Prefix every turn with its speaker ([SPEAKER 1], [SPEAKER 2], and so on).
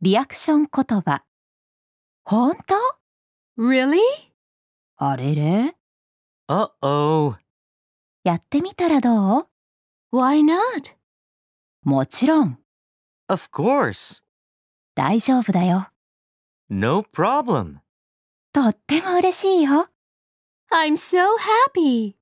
[SPEAKER 1] リアクション言葉。本当
[SPEAKER 2] Really?
[SPEAKER 1] あれれ
[SPEAKER 3] Uh oh.
[SPEAKER 1] やってみたらどう
[SPEAKER 2] Why not?
[SPEAKER 1] もちろん、
[SPEAKER 3] Of course.
[SPEAKER 1] 大丈夫だよ。
[SPEAKER 3] No problem.
[SPEAKER 1] とっても嬉しいよ。
[SPEAKER 2] I'm so happy.